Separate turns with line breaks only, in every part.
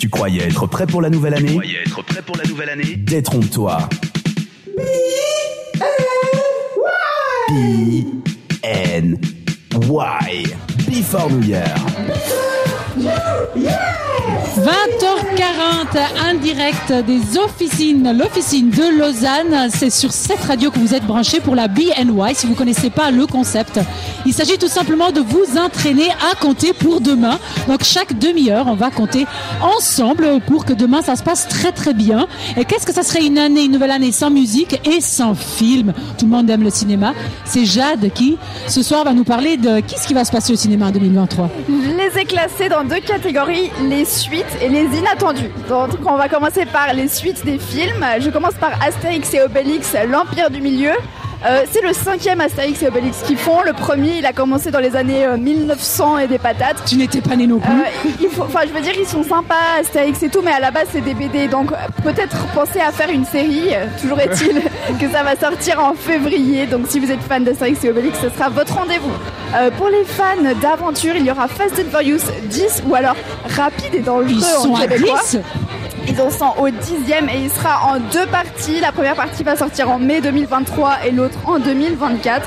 Tu croyais être prêt pour la nouvelle année
Croyez être prêt pour la nouvelle année
Détrompe-toi. B-N-Y. Before New Year.
20h40 en direct des officines, l'officine de Lausanne. C'est sur cette radio que vous êtes branchés pour la BNY. Si vous connaissez pas le concept, il s'agit tout simplement de vous entraîner à compter pour demain. Donc chaque demi-heure, on va compter ensemble pour que demain ça se passe très très bien. Et qu'est-ce que ça serait une année, une nouvelle année sans musique et sans film Tout le monde aime le cinéma. C'est Jade qui ce soir va nous parler de qu'est-ce qui va se passer au cinéma en 2023.
Je les ai classés dans deux catégories, les suites et les inattendus. Donc on va commencer par les suites des films. Je commence par Astérix et Obélix, l'Empire du Milieu. Euh, c'est le cinquième Astérix et Obélix qu'ils font. Le premier, il a commencé dans les années euh, 1900 et des patates.
Tu n'étais pas né non plus.
Euh, il faut- Enfin, je veux dire, ils sont sympas, Astérix et tout, mais à la base, c'est des BD. Donc, euh, peut-être penser à faire une série. Euh, Toujours est-il que ça va sortir en février. Donc, si vous êtes fan d'Astérix et Obélix, ce sera votre rendez-vous. Euh, pour les fans d'aventure, il y aura Fast and Furious 10 ou alors Rapide et Dangereux
Ils
en
sont à
québécois.
10
Ils en sont au dixième et il sera en deux parties. La première partie va sortir en mai 2023 et l'autre en 2024.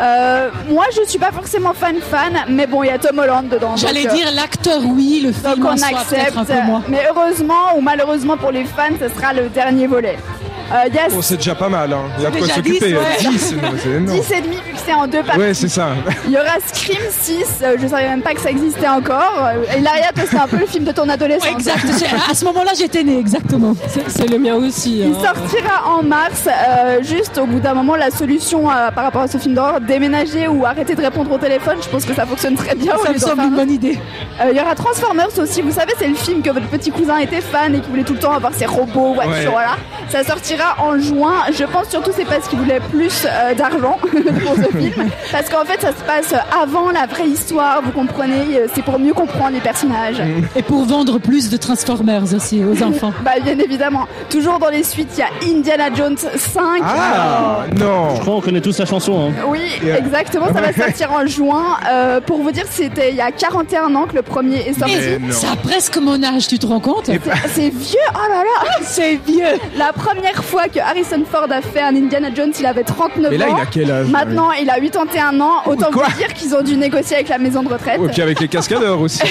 Euh, moi, je suis pas forcément fan fan, mais bon, il y a Tom Holland dedans.
J'allais
donc, euh,
dire l'acteur oui, le film
donc
en
on
soi, peut-être
accepte. euh,
un peu moins.
Mais heureusement ou malheureusement pour les fans, ce sera le dernier volet. Euh, Il y a
Bon, c'est déjà pas mal, hein. il y a de quoi
Déjà
s'occuper.
10, ouais.
10, non, c'est énorme.
10 et demi vu que c'est en deux parties.
Ouais, c'est ça.
Il y aura Scream 6, euh, je savais même pas que ça existait encore. Euh, Hilaria, toi, c'est un peu le film de ton adolescence.
Exact. c'est- À ce moment-là, j'étais née, exactement.
C'est le mien aussi.
Il
hein.
sortira en mars. euh, juste au bout d'un moment, la solution euh, par rapport à ce film d'horreur, déménager ou arrêter de répondre au téléphone, je pense que ça fonctionne très bien. au
Ça
lieu
me
d'en
semble
faire
une
un
bonne idée.
Euh, Il y aura Transformers aussi, vous savez, c'est le film que votre petit cousin était fan et qui voulait tout le temps avoir ses robots, voitures,
Ouais.
voilà. Ça sortira en juin. Je pense surtout c'est parce qu'il voulait plus euh, d'argent pour ce film. Parce qu'en fait, ça se passe avant la vraie histoire, vous comprenez, euh, c'est pour mieux comprendre les personnages.
Mm.
Et pour vendre plus de Transformers aussi aux enfants.
Bah, bien évidemment. Toujours dans les suites, il y a Indiana Jones 5.
Ah
Je
non
crois qu'on connaît tous la chanson. Hein.
Euh, Oui,
Yeah.
exactement, ça va sortir en juin. Euh, pour vous dire, c'était il y a 41 ans que le premier est sorti.
Mais non.
Ça a presque mon âge, tu te rends compte
C'est- C'est vieux, oh là là, c'est vieux. La première fois que Harrison Ford a fait un Indiana Jones, il avait 39
Mais là,
ans.
il a quel âge
Maintenant, il a 81 ans. Autant
Quoi
vous dire qu'ils ont dû négocier avec la maison de retraite.
oui. Et Oh, puis avec les cascadeurs aussi.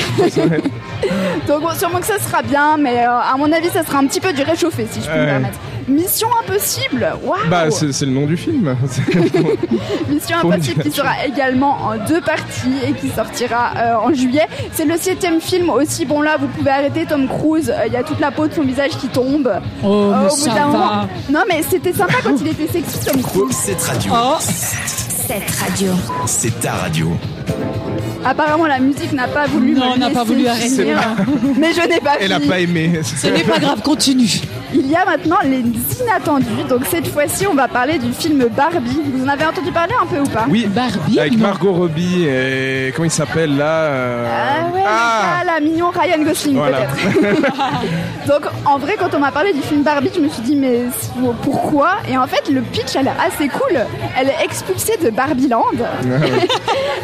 Donc bon, sûrement que ça sera bien, mais euh, à mon avis, ça sera un petit peu du réchauffé, si je peux me
Ouais.
permettre. Mission impossible, waouh.
bah, c'est c'est le nom du film.
Mission
Pour
Impossible
une
qui sera également en deux parties et qui sortira euh, en juillet. C'est le septième film aussi. Bon là, vous pouvez arrêter Tom Cruise. Euh, Il y a toute la peau de son visage qui tombe.
Oh,
Euh,
mais
au bout
ça
d'un
va.
moment. Non mais c'était sympa quand il était sexy Tom Cruise.
Cette radio,
Oh,
Cette radio.
c'est ta radio.
Apparemment la musique n'a pas voulu.
non,
me
on n'a pas
laisser
voulu
finir.
arrêter. hein.
Mais je n'ai pas
Elle a
fini.
pas aimé.
Ce n'est pas grave, continue.
Il y a maintenant les inattendus. Donc cette fois-ci, on va parler du film Barbie. Vous en avez entendu parler un peu ou pas
Oui,
Barbie
avec
non.
Margot Robbie et. Comment il s'appelle là euh,
Ah ouais,
Ah
ah, la mignon Ryan Gosling
Voilà.
peut-être. Donc en vrai, quand on m'a parlé du film Barbie, je me suis dit mais pourquoi Et en fait, le pitch elle est assez cool. Elle est expulsée de Barbieland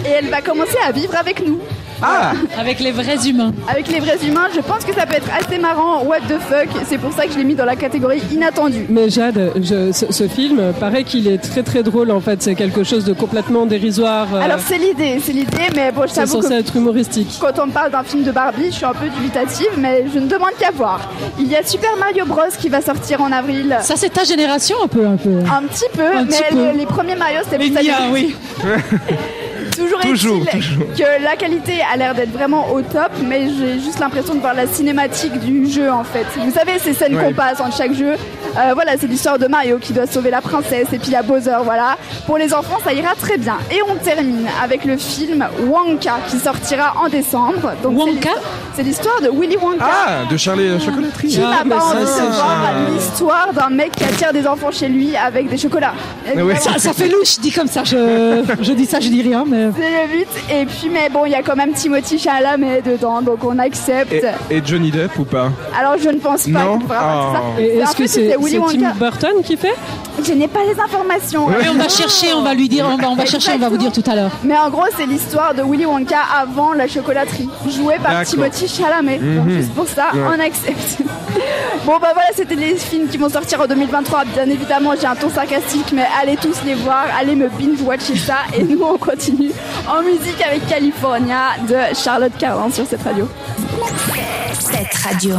et elle va commencer à vivre avec nous,
Ah
Avec les vrais humains.
avec les vrais humains. Je pense que ça peut être assez marrant. What the fuck C'est pour ça que je l'ai mis dans la catégorie inattendu.
Mais Jade, je- ce, ce film, paraît qu'il est très très drôle en fait. C'est quelque chose de complètement dérisoire. euh,
Alors c'est l'idée, c'est l'idée, mais bon, je
c'est
t'avoue que
censé être humoristique.
Quand on parle d'un film de Barbie, je suis un peu dubitative, mais je ne demande qu'à voir. Il y a Super Mario Bros qui va sortir en avril.
Ça, c'est ta génération un peu, un peu.
Un petit peu,
Euh, Un
mais
petit peu.
Les, les premiers Mario, c'était
Les
pour ça que-
miens, oui.
Toujours, est-il
Toujours, toujours.
que la qualité a l'air d'être vraiment au top, mais j'ai juste l'impression de voir la cinématique du jeu en fait. Vous savez, ces scènes
Ouais.
qu'on passe entre chaque jeu. Euh, voilà, c'est l'histoire de Mario qui doit sauver la princesse et puis il y a Bowser, voilà. Pour les enfants, ça ira très bien. Et on termine avec le film Wonka qui sortira en décembre. Donc, c'est
Wonka
l'histoire- C'est l'histoire de Willy Wonka.
Ah De Charlie la chocolaterie
Qui n'a
mais
pas
ça,
envie de
c'est
voir
génial.
l'histoire d'un mec qui attire des enfants chez lui avec des chocolats
ouais.
Évidemment.
Ah, Ça, ça fait louche, dit comme ça. Je, je dis ça, je dis rien, mais.
C'est le but. Et puis, mais bon, il y a quand même Timothy Chalamet dedans, donc on accepte.
et, et Johnny Depp ou pas
Alors, je ne pense pas
Non
qu'il pourra faire
Oh.
ça.
Et
En
est-ce
fait,
que c'est
Willy Willy
c'est Tim
Wonka.
Burton qui fait
Je n'ai pas les informations.
Ouais.
Et on va chercher, on va lui dire, on va, on va chercher, on va vous dire tout à l'heure.
Mais en gros, c'est l'histoire de Willy Wonka avant la chocolaterie, jouée par
D'accord. Mhm.
Timothy Chalamet. Donc, juste pour ça,
Ouais.
on accepte. bon, bah voilà, c'était les films qui vont sortir en 2023. Bien évidemment, j'ai un ton sarcastique, mais allez tous les voir, allez me binge-watcher ça. Et nous, on continue en musique avec California de Charlotte Caron sur cette radio.
Cette radio.